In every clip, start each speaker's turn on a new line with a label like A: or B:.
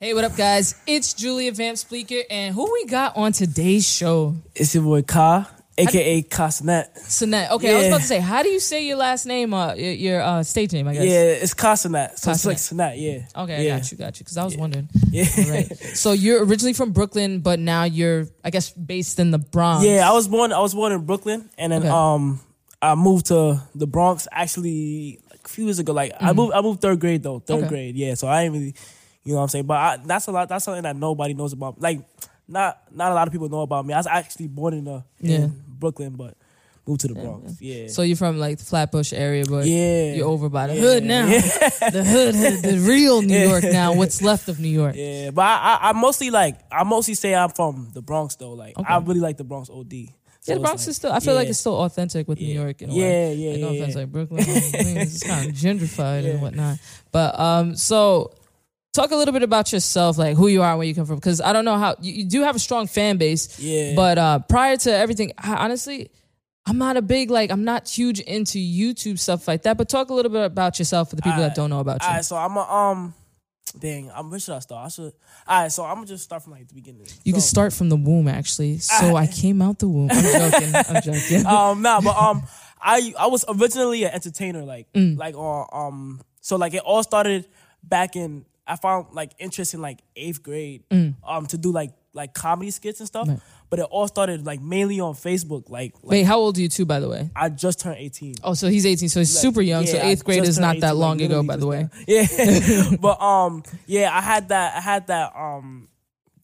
A: Hey, what up, guys? It's Julia Vamp Speaker, and who we got on today's show?
B: It's your boy Ka, aka Cosmet.
A: Sanat. Okay, I was
B: Yeah.
A: about to say, how do you say your last name, uh, your, your uh, stage name, I guess?
B: Yeah, it's Cosmet. So
A: Ka
B: it's like
A: Sinat.
B: Sinat, yeah.
A: Okay,
B: yeah.
A: I got you, got you, because I was wondering.
B: Yeah.
A: All right. So you're originally from Brooklyn, but now you're, I guess, based in the Bronx.
B: yeah, I was born I was born in Brooklyn and then
A: Okay.
B: um I moved to the Bronx actually like a few years ago. Like I moved I moved third grade though. Third
A: Mm-hmm. Okay.
B: grade, yeah. So I ain't really you know what I'm saying? But I, that's a lot that's something that nobody knows about. Like not not a lot of people know about me. I was actually born in the in
A: Yeah.
B: Brooklyn but moved to the Bronx. Yeah.
A: So you're from like the Flatbush area, but
B: yeah.
A: you're over by the
B: Yeah.
A: hood now. the hood, hood, the real New York now. What's left of New York?
B: Yeah, but I, I, I mostly like I mostly say I'm from the Bronx though. Like I
A: Okay.
B: really like the Bronx OD. So
A: Yeah, the
B: it's
A: Bronx
B: like-
A: is still. I feel like
B: yeah.
A: it's still authentic with New
B: Yeah.
A: York. In a
B: Yeah,
A: way.
B: yeah,
A: Like, no
B: yeah,
A: offense,
B: yeah.
A: like Brooklyn, it's kind of gentrified
B: Yeah.
A: and whatnot. But um, so talk a little bit about yourself, like who you are, and where you come from, because I don't know how you, you do have a strong fan base.
B: Yeah.
A: But uh, prior to everything, I, honestly, I'm not a big like I'm not huge into YouTube stuff like that. But talk a little bit about yourself for the people
B: Alright.
A: that don't know about you.
B: Alright, so I'm a um dang, I'm where should I start? I should alright, so I'm gonna just start from like the beginning.
A: you can
B: So,
A: start from the womb, actually. So I came out the womb. I'm joking. I'm joking.
B: um nah, but um I I was originally an entertainer, like
A: Mm.
B: like on um so like it all started back in I found like interest in like eighth grade um to do like like comedy skits and stuff.
A: Mm. Right.
B: But it all started like mainly on Facebook. Like, like
A: Wait, how old are you, too? By the way.
B: I just turned 18.
A: Oh, so he's 18, so he's super young. so
B: Yeah, I
A: eighth grade
B: just
A: is
B: turned
A: not
B: 18,
A: that
B: like,
A: long ago,
B: literally
A: by the
B: just
A: way.
B: now. Yeah, but um, yeah, I had that, I had that um,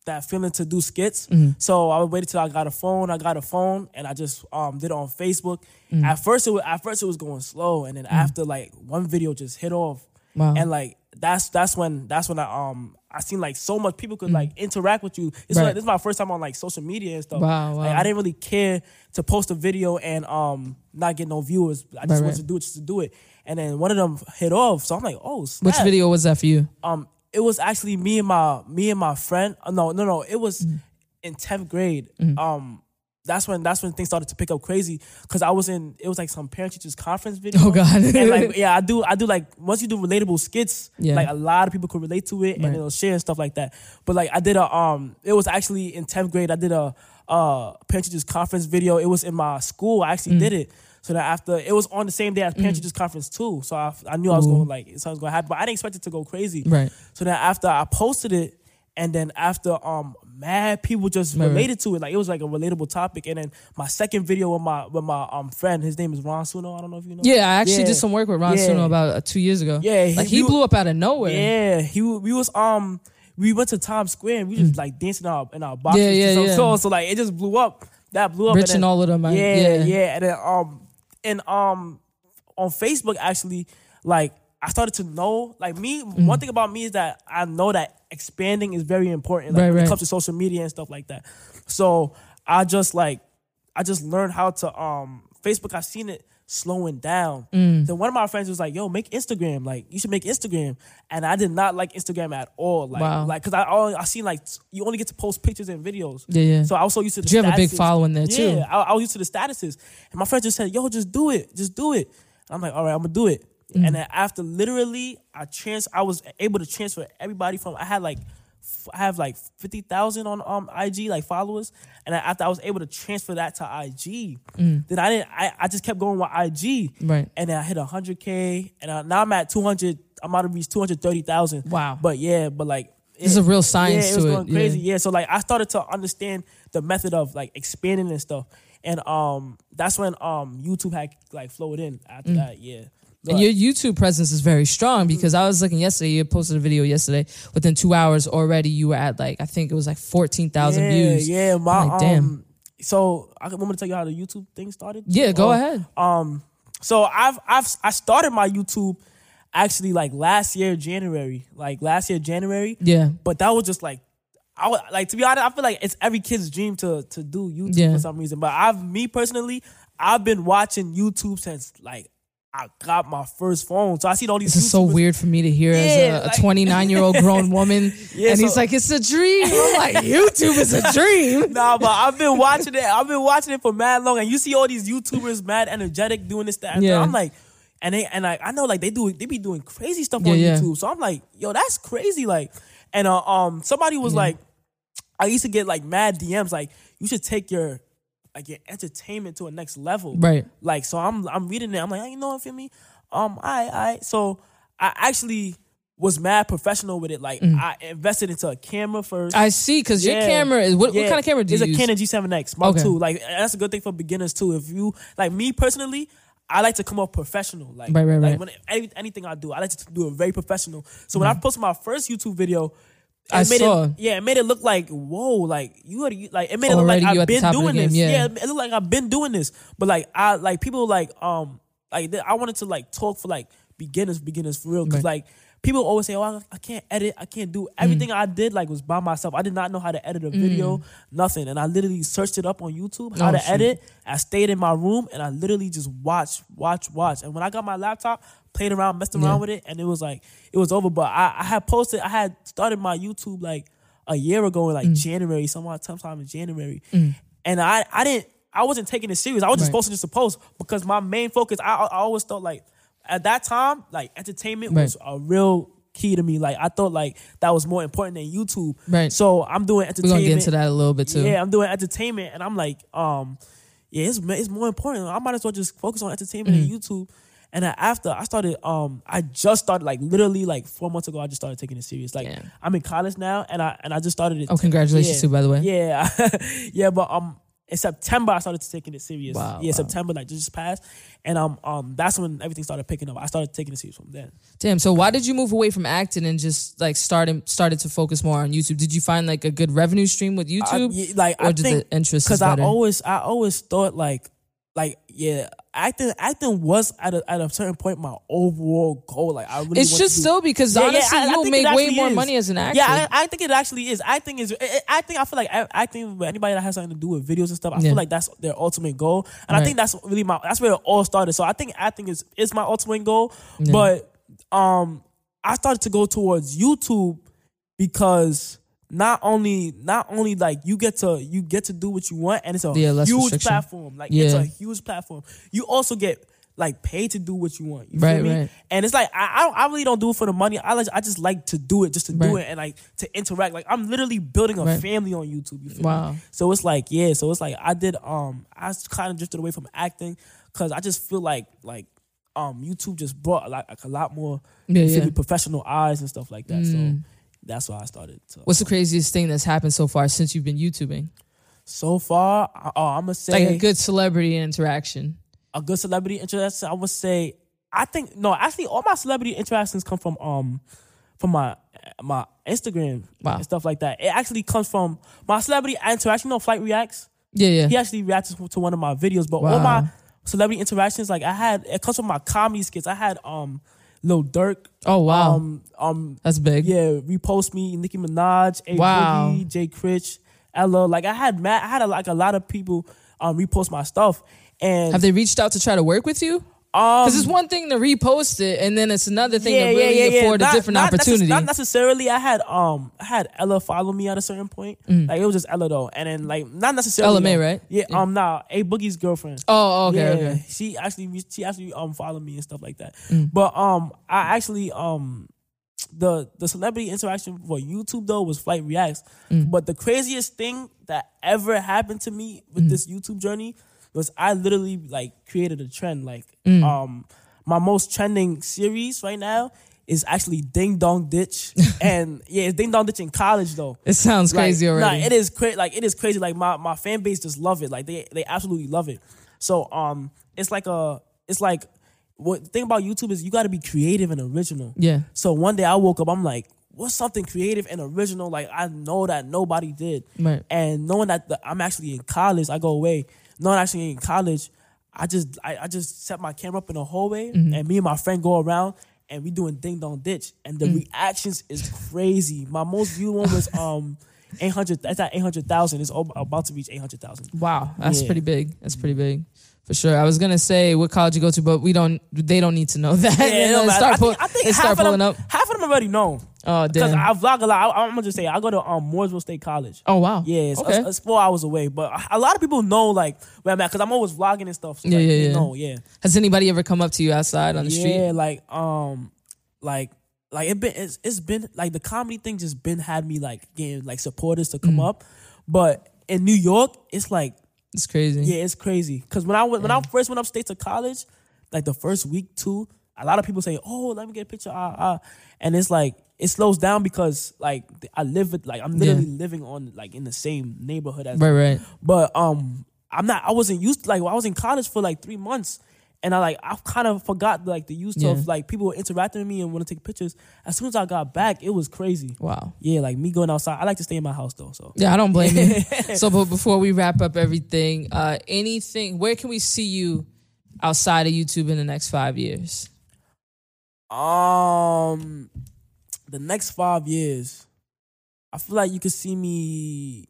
B: that feeling to do skits.
A: Mm-hmm.
B: So I waited till I got a phone. I got a phone, and I just um did it on Facebook.
A: Mm-hmm.
B: At first, it was, at first it was going slow, and then after like one video just hit off,
A: Wow.
B: and like that's that's when that's when I um. I seen like so much people could like interact with you.
A: Mm-hmm.
B: This,
A: Right.
B: was, this is my first time on like social media and stuff.
A: Wow,
B: Like,
A: wow.
B: I didn't really care to post a video and um not get no viewers. I
A: Right,
B: just wanted
A: right.
B: to do it just to do it. And then one of them hit off. So I'm like, oh, snap.
A: Which video was that for you?
B: Um, it was actually me and my me and my friend. uh, No, no, no. It was
A: Mm.
B: in tenth grade. Um, that's when that's when things started to pick up crazy because I was in. It was like some parent teachers conference video.
A: Oh, God.
B: and like yeah, I do I do like once you do relatable skits,
A: Yeah.
B: like a lot of people could relate to it
A: Right.
B: and it'll share and stuff like that. But like I did a um, it was actually in tenth grade. I did a uh parent teachers conference video. It was in my school. I
A: Mm.
B: actually did it. So that after it was on the same day as parent teachers conference too. So I, I knew I was
A: Ooh.
B: going like something's going to happen, but I didn't expect it to go crazy.
A: Right.
B: So then after I posted it, and then after um mad people just
A: Right, right.
B: related to it, like it was like a relatable topic. And then my second video with my with my um friend, his name is Ron Suno. I don't know if you know.
A: Yeah, I actually
B: Yeah.
A: did some work with Ron
B: Yeah.
A: Suno about uh, two years ago.
B: Yeah, he-
A: like he
B: we-
A: blew up out of nowhere.
B: Yeah, he w- we was um we went to Times Square and we just like dancing in our in our boxes.
A: Hmm. Yeah, yeah,
B: so,
A: yeah.
B: so so like it just blew up. That blew up.
A: Rich and all of them, I-
B: Yeah,
A: yeah.
B: yeah, And then um and um on Facebook actually like. I started to know, like me.
A: Hmm.
B: One thing about me is that I know that expanding is very important, like,
A: Right,
B: when
A: right.
B: it comes to social media and stuff like that. So I just like, I just learned how to um Facebook. I've seen it slowing down.
A: Mm.
B: Then one of my friends was like, "Yo, make Instagram. Like, you should make Instagram." And I did not like Instagram at all. Like,
A: Wow.
B: like because I only, I seen like you only get to post pictures and videos.
A: Yeah, yeah.
B: So I was so used to the
A: you have a big
B: statuses.
A: following there, too.
B: Yeah, I, I was used to the statuses, and my friend just said, "Yo, just do it. Just do it." And I'm like, "All right, I'm gonna do it." And then after literally, I trans, I was able to transfer everybody from. I had like. f- I have like fifty thousand on um IG like followers, and then after I was able to transfer that to IG, then I didn't. I, I just kept going with IG,
A: Right.
B: and then I hit 100k, and I, now I'm at 200. I'm about to reach 230,000.
A: Wow.
B: But yeah, but like
A: There's a real science
B: yeah, it was
A: to it,
B: going
A: yeah.
B: crazy. Yeah. So like I started to understand the method of like expanding and stuff, and um that's when um YouTube had like flowed in after that. Yeah.
A: Mm. And your YouTube presence is very strong because I was looking yesterday. You posted a video yesterday. Within two hours already, you were at like I think it was like fourteen thousand
B: yeah,
A: views.
B: Yeah. My
A: I'm like, damn.
B: damn. Um, so I want me to tell you how the YouTube thing started.
A: Yeah, go
B: Or-
A: ahead.
B: Um, so I've I've I started my YouTube actually like last year January, like last year January.
A: Yeah.
B: But that was just like I was like to be honest, I feel like it's every kid's dream to to do YouTube
A: Yeah.
B: for some reason. But I've me personally, I've been watching YouTube since like I got my first phone. So I see all these.
A: This is so
B: YouTubers-
A: weird for me to hear
B: Yeah,
A: as
B: like-
A: a 29 year old grown woman.
B: Yeah,
A: and he's
B: so-
A: like, it's a dream. I'm like, YouTube is a dream.
B: Nah, but I've been watching it. I've been watching it for mad long, and you see all these YouTubers mad energetic doing this that. and
A: Yeah.
B: I'm like, and they and like I know like they do they be doing crazy stuff
A: Yeah,
B: on
A: yeah.
B: YouTube. So I'm like, yo, that's crazy. Like, And uh, um, somebody was like, I used to get like mad DMs like, you should take your like your entertainment to a next level.
A: Right.
B: Like so I'm I'm reading it. I'm like, oh, you know what, feel me? Um, I I so I actually was mad professional with it. Like I invested into a camera first.
A: Mm. I see, because your
B: Yeah.
A: camera is what, what
B: Yeah.
A: kind of camera do you
B: it's
A: use?
B: a Canon G7X Mark
A: Okay.
B: II. Like and that's a good thing for beginners too. If you like me personally, I like to come off professional. Like,
A: Right, right,
B: like
A: right. Mm-hmm.
B: when any, anything I do, I like to do it very professional. So when I posted my first YouTube video, it
A: I
B: made
A: saw.
B: It, yeah, it made it look like whoa, like you already like it made
A: Already
B: it look
A: you
B: like
A: at
B: I've
A: the
B: been
A: top of the
B: doing
A: game,
B: this.
A: yeah.
B: it looked like I've been doing this. But like I like people like um like th- I wanted to like talk for like beginners, beginners for real. Cause
A: Right. Mm.
B: like people always say, Oh, I, I can't edit, I can't do everything I did like was by myself. I did not know how to edit a video, nothing. And I literally searched it up on YouTube how
A: Oh,
B: to
A: shoot.
B: edit. I stayed in my room and I literally just watched, watch, watch. And when I got my laptop, played around, messed around
A: Yeah.
B: with it, and it was like it was over. But I, I had posted, I had started my YouTube like a year ago in like
A: Mm.
B: January, sometime sometime in January, and I I didn't I wasn't taking it serious. I was just
A: Right.
B: posting just to post because my main focus. I I always thought like at that time like entertainment
A: Right.
B: was a real key to me. Like I thought like that was more important than YouTube.
A: Right.
B: So I'm
A: We're
B: doing entertainment.
A: gonna get into that a little bit too.
B: Yeah, I'm doing entertainment, and I'm like, um, yeah, it's it's more important. I might as well just focus on entertainment
A: Mm.
B: and YouTube. And then after I started, um, I just started like literally like four months ago. I just started taking it serious. Like
A: Yeah.
B: I'm in college now, and I and I just started it.
A: Oh, congratulations
B: yeah.
A: too, by the way.
B: Yeah, yeah, but um, in September I started taking it serious.
A: Wow,
B: yeah,
A: wow.
B: September like just passed, and um, um, that's when everything started picking up. I started taking it serious from then.
A: Damn. So why did you move away from acting and just like started started to focus more on YouTube? Did you find like a good revenue stream with
B: I-
A: YouTube?
B: yeah, like
A: or
B: I
A: did
B: think
A: the interest is
B: because I
A: better?
B: always I always thought like like yeah acting acting was at a, at a certain point my overall goal like I really
A: it's
B: want to
A: just
B: do-
A: so because
B: Yeah, yeah,
A: honestly,
B: I- I
A: you'll
B: think it
A: make way
B: actually
A: more
B: is.
A: money as an actor.
B: yeah I, I think it actually is acting is I- I- acting I feel like a- acting with anybody that has something to do with videos and stuff I
A: Yeah.
B: feel like that's their ultimate goal and
A: Right.
B: I think that's really my that's where it all started so I think acting is is my ultimate goal but um I started to go towards YouTube because not only not only like you get to you get to do what you want and it's a
A: Yeah, less
B: huge
A: restriction.
B: platform like it's
A: Yeah.
B: a huge platform you also get like paid to do what you want you
A: Right,
B: feel me
A: right.
B: and it's like I I, don't, I really don't do it for the money I like, I just like to do it just to do
A: Right.
B: it and like to interact like I'm literally building a
A: Right.
B: family on YouTube you feel me?
A: wow.
B: So it's like, yeah. So it's like I did. Um, I kind of drifted away from acting because I just feel like like um YouTube just brought a lot, like a lot more
A: Yeah,
B: you feel
A: yeah. Mm.
B: me, professional eyes and stuff like that. So that's why I started. So,
A: What's the craziest thing that's happened so far since you've been YouTubing?
B: so far, I, oh, I'm gonna say
A: Like a good celebrity interaction.
B: a good celebrity interest. I would say I think no, actually all my celebrity interactions come from um from my my Instagram
A: Wow.
B: and stuff like that. It actually comes from my celebrity interaction. You know, Flight Reacts.
A: Yeah, yeah.
B: he actually reacted to one of my videos. But all
A: Wow.
B: my celebrity interactions, like I had, it comes from my comedy skits. I had um Lil Durk,
A: Oh wow.
B: um um
A: that's big.
B: yeah, repost me, Nicki Minaj, A
A: Wow.
B: Boogie, Jay Critch, Ella. Like I had Matt, I had a, like a lot of people um repost my stuff. And
A: Have they reached out to try to work with you?
B: um,
A: Because it's one thing to repost it, and then it's another thing to really afford a
B: Not-
A: different
B: not necess-
A: opportunity.
B: Not necessarily. I had um, I had Ella follow me at a certain point. Like it was just Ella though, and then like not necessarily.
A: Mm. Ella May,
B: though.
A: right?
B: Yeah, Um. Now a Boogie's girlfriend.
A: oh, okay,
B: yeah,
A: okay. Mm.
B: She actually, re- she actually um followed me and stuff like that. But um, I actually um, the the celebrity interaction for YouTube though was Flight Reacts.
A: Mm.
B: But the craziest thing that ever happened to me
A: Mm.
B: with this YouTube journey was I literally like created a trend. Like
A: Mm.
B: um, my most trending series right now is actually Ding Dong Ditch, and yeah, it's Ding Dong Ditch in college though.
A: It sounds crazy
B: Like,
A: already.
B: Nah, it is crazy. Like it is crazy. Like my, my fan base just love it. Like they they absolutely love it. So um, it's like a it's like what the thing about YouTube is you got to be creative and original.
A: yeah.
B: So one day I woke up. I'm like, what's something creative and original? Like I know that nobody did.
A: Right.
B: And knowing that the, I'm actually in college, I go away. Knowing I'm actually in college, I just I, I just set my camera up in the hallway,
A: Mm-hmm.
B: and me and my friend go around. And we doing ding dong ditch, and the
A: Mm.
B: reactions is crazy. My most viewed one was um eight hundred. That's at eight hundred thousand. It's all about to reach eight hundred thousand.
A: Wow, that's
B: Yeah.
A: pretty big. That's pretty big for sure. I was gonna say what college you go to, but we don't. They don't need to know that.
B: Yeah,
A: And
B: no,
A: they
B: but I-
A: start
B: I think,
A: pull-
B: I think
A: they
B: half,
A: start
B: of
A: pulling
B: them,
A: up.
B: half of them already know
A: Oh
B: because
A: damn.
B: I vlog a lot. I, am gonna just say I go to um Mooresville State College.
A: oh wow.
B: Yeah, it's,
A: Okay.
B: it's, it's four hours away, but a- a lot of people know like where I'm at because I'm always vlogging and stuff. So,
A: Yeah,
B: like,
A: yeah,
B: they
A: yeah.
B: know, yeah,
A: Has anybody ever come up to you outside on the
B: yeah.
A: street?
B: Like um, like like it been it's, it's been like the comedy thing just been had me like getting like supporters to
A: Mm.
B: come up, but in New York it's like
A: It's crazy.
B: yeah it's crazy because when I went, when I first went upstate to college, like the first week two, a lot of people say oh let me get a picture ah, ah. and it's like it slows down because like I live with like I'm literally living on like in the same neighborhood as
A: Right, right.
B: but um, I'm not. I wasn't used. like I was in college for like three months, and I like I kind of forgot like the use
A: Yeah.
B: of like people were interacting with me and want to take pictures. As soon as I got back, it was crazy.
A: Wow.
B: Yeah, like me going outside. I like to stay in my house though. So
A: Yeah, I don't blame you. so, but before we wrap up everything, uh, anything, where can we see you outside of YouTube in the next five years?
B: um, the next five years, I feel like you could see me.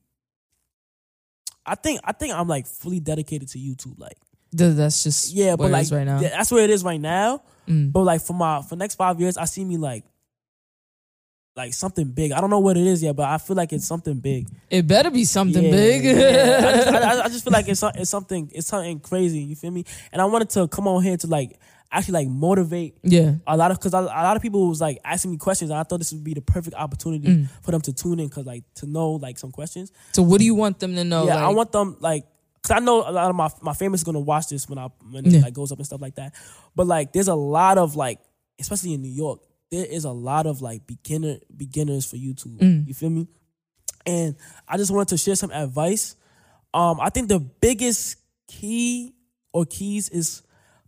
B: I think I think I'm like fully dedicated to YouTube. Like
A: Th- That's just
B: yeah,
A: where
B: but
A: it
B: like
A: is right now.
B: yeah, that's where it is right now.
A: Mm.
B: But like for my for next five years, I see me like like something big. I don't know what it is yet, but I feel like it's something big.
A: It better be something
B: Yeah,
A: big.
B: yeah. I, just, I- I just feel like it's, some- it's something it's something crazy. You feel me? And I wanted to come on here to like actually like motivate
A: yeah.
B: a lot of because a, a lot of people was like asking me questions, and I thought this would be the perfect opportunity
A: Mm.
B: for them to tune in because like to know like some questions.
A: So, what do you want them to know?
B: Yeah, I
A: like-
B: want them like because I know a lot of my my family's gonna watch this when I when
A: Yeah.
B: it like goes up and stuff like that. But like, there's a lot of like, especially in New York, there is a lot of like beginner beginners for YouTube.
A: Mm.
B: You feel me? And I just wanted to share some advice. Um, I think the biggest key or keys is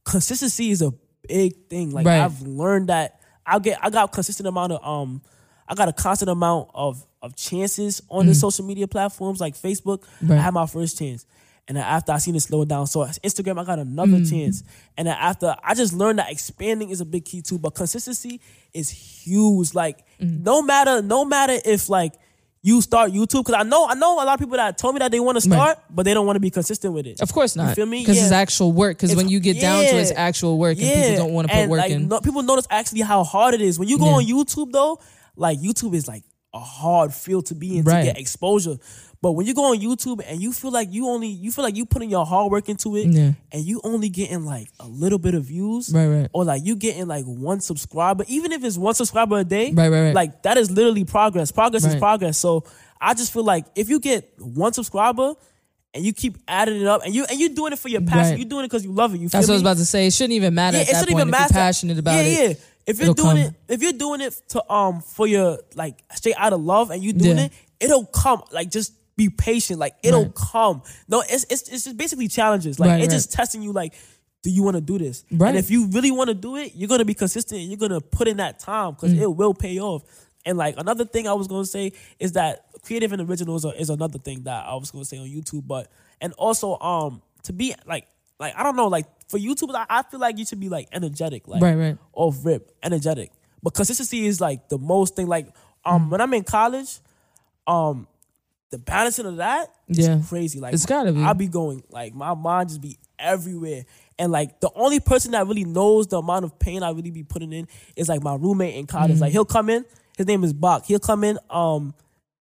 B: consistency is a big thing. Like
A: Right.
B: I've learned that I get I got consistent amount of um I got a constant amount of of chances on the social media platforms like Facebook.
A: Right.
B: I had my first chance. And then after I seen it slow down, so Instagram, I got another chance. And then after, I just learned that expanding is a big key too. But consistency is huge. Like no matter, no matter if like you start YouTube, because I know, I know a lot of people that told me that they want to start, but they don't want to be consistent with it.
A: Of course not.
B: feel me?
A: Because it's
B: Yeah.
A: actual work. Because
B: It's-
A: when you get down to it, it's
B: yeah.
A: actual work, and people don't want to put
B: and,
A: work
B: like,
A: in.
B: no- people notice actually how hard it is when you go
A: Yeah.
B: on YouTube though. Like YouTube is like a hard field to be in
A: Right.
B: to get exposure. But when you go on YouTube and you feel like you only you feel like you putting your hard work into it,
A: Yeah.
B: and you only getting like a little bit of views,
A: Right, right.
B: or like you getting like one subscriber, even if it's one subscriber a day,
A: Right, right, right.
B: like that is literally progress. Progress is
A: Right.
B: progress. So I just feel like if you get one subscriber and you keep adding it up, and you and you're doing it for your passion,
A: Right.
B: you're doing it because you love it. You
A: That's what I
B: feel
A: was
B: me?
A: about to say. It shouldn't even matter at
B: it
A: that
B: shouldn't
A: point if you're
B: matter.
A: passionate about
B: yeah,
A: it.
B: Yeah, If you're
A: it'll
B: doing
A: come.
B: it, if you're doing it to um for your like straight out of love and you doing
A: Yeah.
B: it, it'll come. Like just be patient. Like it'll
A: Right.
B: come. No, it's it's it's just basically challenges. Like
A: Right,
B: it's just testing you. Like. Do you want to do this?
A: Right.
B: And if you really want to do it, you're gonna be consistent. and You're gonna put in that time because it will pay off. And like another thing I was gonna say is that creative and original is, a, is another thing that I was gonna say on YouTube. But and also um to be like like I don't know like for YouTube I, I feel like you should be like energetic like
A: Right, right.
B: off rip energetic. But consistency is like the most thing. Like
A: Mm.
B: um when I'm in college, um the balancing of that is
A: Yeah.
B: crazy. Like
A: It's gotta be.
B: I'll be going like my mind just be everywhere. And like the only person that really knows the amount of pain I really be putting in is like my roommate in college.
A: Mm.
B: Like he'll come in, his name is Bach. He'll come in, um,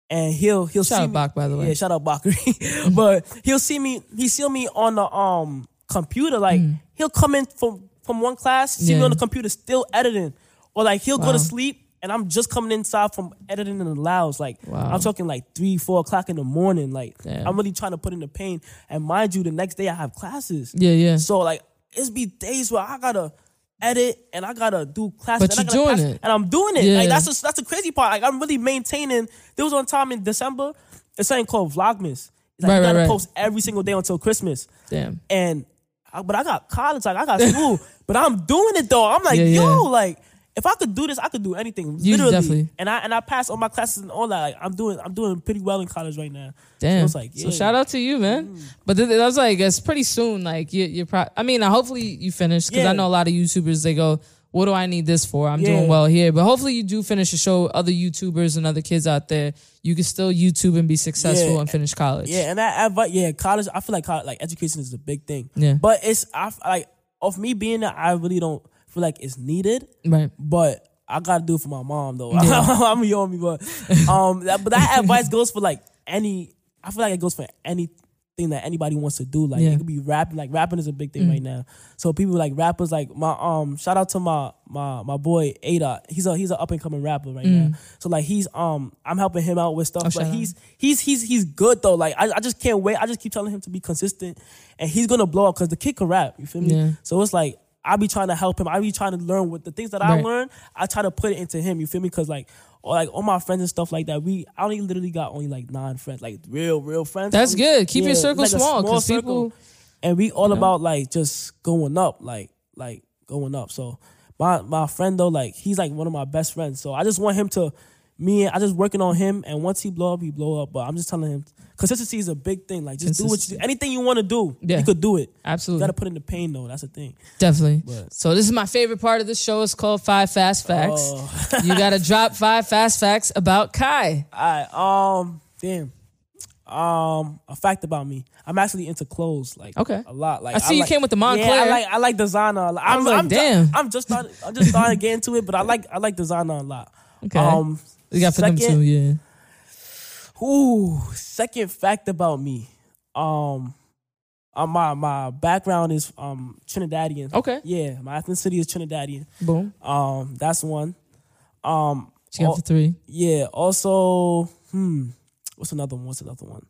B: and he'll he'll
A: Shout
B: see
A: out
B: me-
A: Bach, by the way.
B: Yeah, shout out Bach. but he'll see me. He see me on the um computer. Like he'll come in from from one class, see me
A: Mm. Yeah.
B: on the computer still editing, or like he'll go
A: Wow.
B: to sleep and I'm just coming inside from editing in the louds. Like
A: Wow.
B: I'm talking like three, four o'clock in the morning. Like
A: Damn.
B: I'm really trying to put in the pain. And mind you, the next day I have classes.
A: Yeah, yeah.
B: So like it's be days where I gotta edit and I gotta do classes.
A: But
B: and I
A: you're
B: gotta
A: doing
B: pass-
A: it.
B: and I'm doing it.
A: Yeah.
B: Like that's a, that's the crazy part. Like I'm really maintaining. There was one time in December, it's something called Vlogmas. It's like
A: Right,
B: you
A: right,
B: gotta
A: right.
B: post every single day until Christmas.
A: Damn.
B: And I, but I got college, like I got school, but I'm doing it though. I'm like,
A: Yeah, yeah.
B: yo, like if I could do this, I could do anything.
A: You
B: literally.
A: definitely-
B: And I and I passed all my classes and all that. Like I'm doing I'm doing pretty well in college right now. So
A: Damn.
B: it's like, yeah. Mm.
A: So shout out to you, man. But th- that was like it's pretty soon. Like you, you're. Pro- I mean, uh, hopefully you finish because I
B: Yeah.
A: know a lot of YouTubers they go, "What do I need this for? I'm doing
B: Yeah.
A: well here." But hopefully you do finish to show other YouTubers and other kids out there you can still YouTube and be successful
B: Yeah.
A: and finish college.
B: Yeah, and that advice, yeah, college. I feel like college, like education is a big thing.
A: Yeah.
B: but it's I f- like of me being there, I really don't feel like it's needed.
A: Right.
B: But I gotta do it for my mom though. I'm a yomi, but um, that, but that advice goes for like any. I feel like it goes for anything thing that anybody wants to do. Like
A: Yeah.
B: it could be rap. Like rapping is a big thing
A: Mm.
B: right now. So people like rappers. Like my um shout out to my my my boy Ada. He's a he's an up and coming rapper right
A: Mm.
B: now. So like he's um I'm helping him out with stuff.
A: Oh, shout
B: but
A: out.
B: he's he's he's he's good though. Like I, I just can't wait. I just keep telling him to be consistent, and he's gonna blow up because the kid can rap. You feel me?
A: Yeah.
B: So it's like I be trying to help him. I be trying to learn what the things that I
A: Right.
B: learn. I try to put it into him. You feel me? Because like, or like all my friends and stuff like that. We I only literally got only like nine friends, like real real friends.
A: That's
B: Only-
A: good. Keep your
B: it's
A: circle
B: like a
A: small,
B: small
A: 'cause
B: circle.
A: people-
B: And we all
A: know?
B: about like just going up, like like going up. So my my friend though, like he's like one of my best friends. So I just want him to. Me, I just working on him, and once he blow up, he blow up. But I'm just telling him, consistency is a big thing. Like, just do what you do. Anything you want to do,
A: Yeah.
B: you could do it. You
A: Absolutely.
B: gotta put in the pain though. That's the thing.
A: Definitely.
B: But-
A: So this is my favorite part of the show. It's called Five Fast Facts.
B: Oh.
A: you gotta drop five fast facts about Kai.
B: All right. Um. Damn. Um. A fact about me. I'm actually into clothes. Like.
A: Okay.
B: A lot. Like
A: I see you
B: like-
A: came with the Montclair.
B: Yeah, I like I like designer. a lot. I'm,
A: like,
B: I'm ju-
A: damn.
B: I'm just starting. I'm just starting to get into it, but I like I like designer a lot.
A: Okay.
B: Um.
A: you got for them
B: second-
A: too, yeah.
B: Ooh, second fact about me. Um, uh, my my background is um Trinidadian.
A: Okay.
B: Yeah, my ethnicity is Trinidadian.
A: Boom.
B: Um, that's one. Um,
A: She got
B: Oh.
A: for three.
B: yeah. Also, hmm, what's another one? What's another one?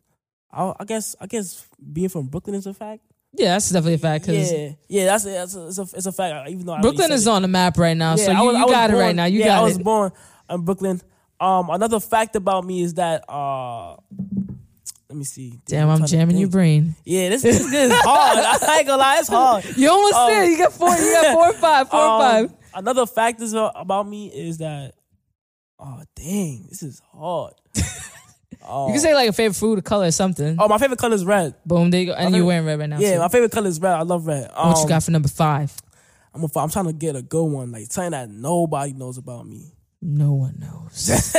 B: I, I guess I guess being from Brooklyn is a fact.
A: Yeah, that's definitely a fact because
B: Yeah, yeah, that's a, that's a, it's, a, it's a fact. Even though I already
A: Brooklyn
B: said
A: is
B: it.
A: on the map right now. so you,
B: I was- I
A: you
B: was
A: got it right
B: born-
A: now. You
B: yeah,
A: got
B: I was
A: it.
B: born in Brooklyn. Um, another fact about me is that uh, let me see.
A: Damn, I'm
B: trying to
A: jamming your
B: think.
A: brain.
B: Yeah, this, this is hard. I ain't gonna lie, it's hard.
A: You almost
B: Um,
A: there. You got four. You got four or five. Four or
B: Um,
A: five.
B: Another fact is uh, about me is that oh dang, this is hard. Oh.
A: You can say like a favorite food, a color, or something.
B: Oh, my favorite color is red.
A: Boom. There you go. And
B: my
A: you're
B: favorite-
A: wearing red right now.
B: Yeah,
A: so-
B: my favorite color is red. I love red. Um,
A: what you got for number five?
B: I'm, a, I'm trying to get a good one, like something that nobody knows about me.
A: No one knows.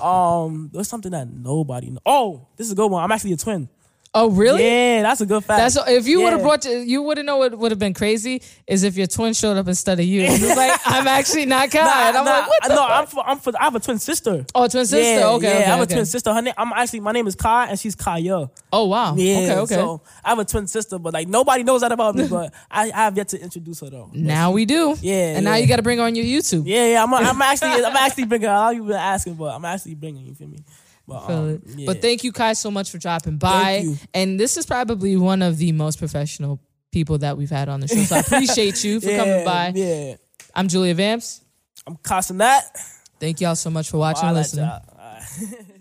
B: Um, there's something that nobody. Know. Oh, this is a good one. I'm actually a twin.
A: oh, really?
B: Yeah, that's a good fact.
A: That's if you would have
B: Yeah.
A: brought you, you wouldn't know what would have been crazy is if your twin showed up instead of you. And he was like, I'm actually not Kai.
B: Nah,
A: and I'm
B: nah,
A: like, what? The
B: no,
A: fuck?
B: I'm for, I'm for, I have a twin sister.
A: oh, twin sister.
B: Yeah,
A: okay,
B: yeah,
A: okay,
B: I have
A: okay.
B: a twin sister. Her name, I'm actually my name is Kai and she's Kaya.
A: Oh wow.
B: Yeah,
A: okay, okay.
B: So I have a twin sister, but like nobody knows that about me. But I, I have yet to introduce her though.
A: now we do.
B: Yeah,
A: And now
B: yeah.
A: you got to bring her on your YouTube.
B: Yeah, yeah. I'm, I'm actually, I'm actually bringing. her. I know you been asking, but I'm actually bringing. You feel me? But,
A: Feel
B: um,
A: it.
B: yeah.
A: But thank you, Kai, so much for dropping by.
B: Thank you.
A: And this is probably one of the most professional people that we've had on the show. So I appreciate you for
B: yeah,
A: coming by.
B: Yeah,
A: I'm Julia Vamps.
B: I'm costing that.
A: Thank y'all so much for watching
B: Holla
A: and
B: at
A: listening.
B: y'all. All right.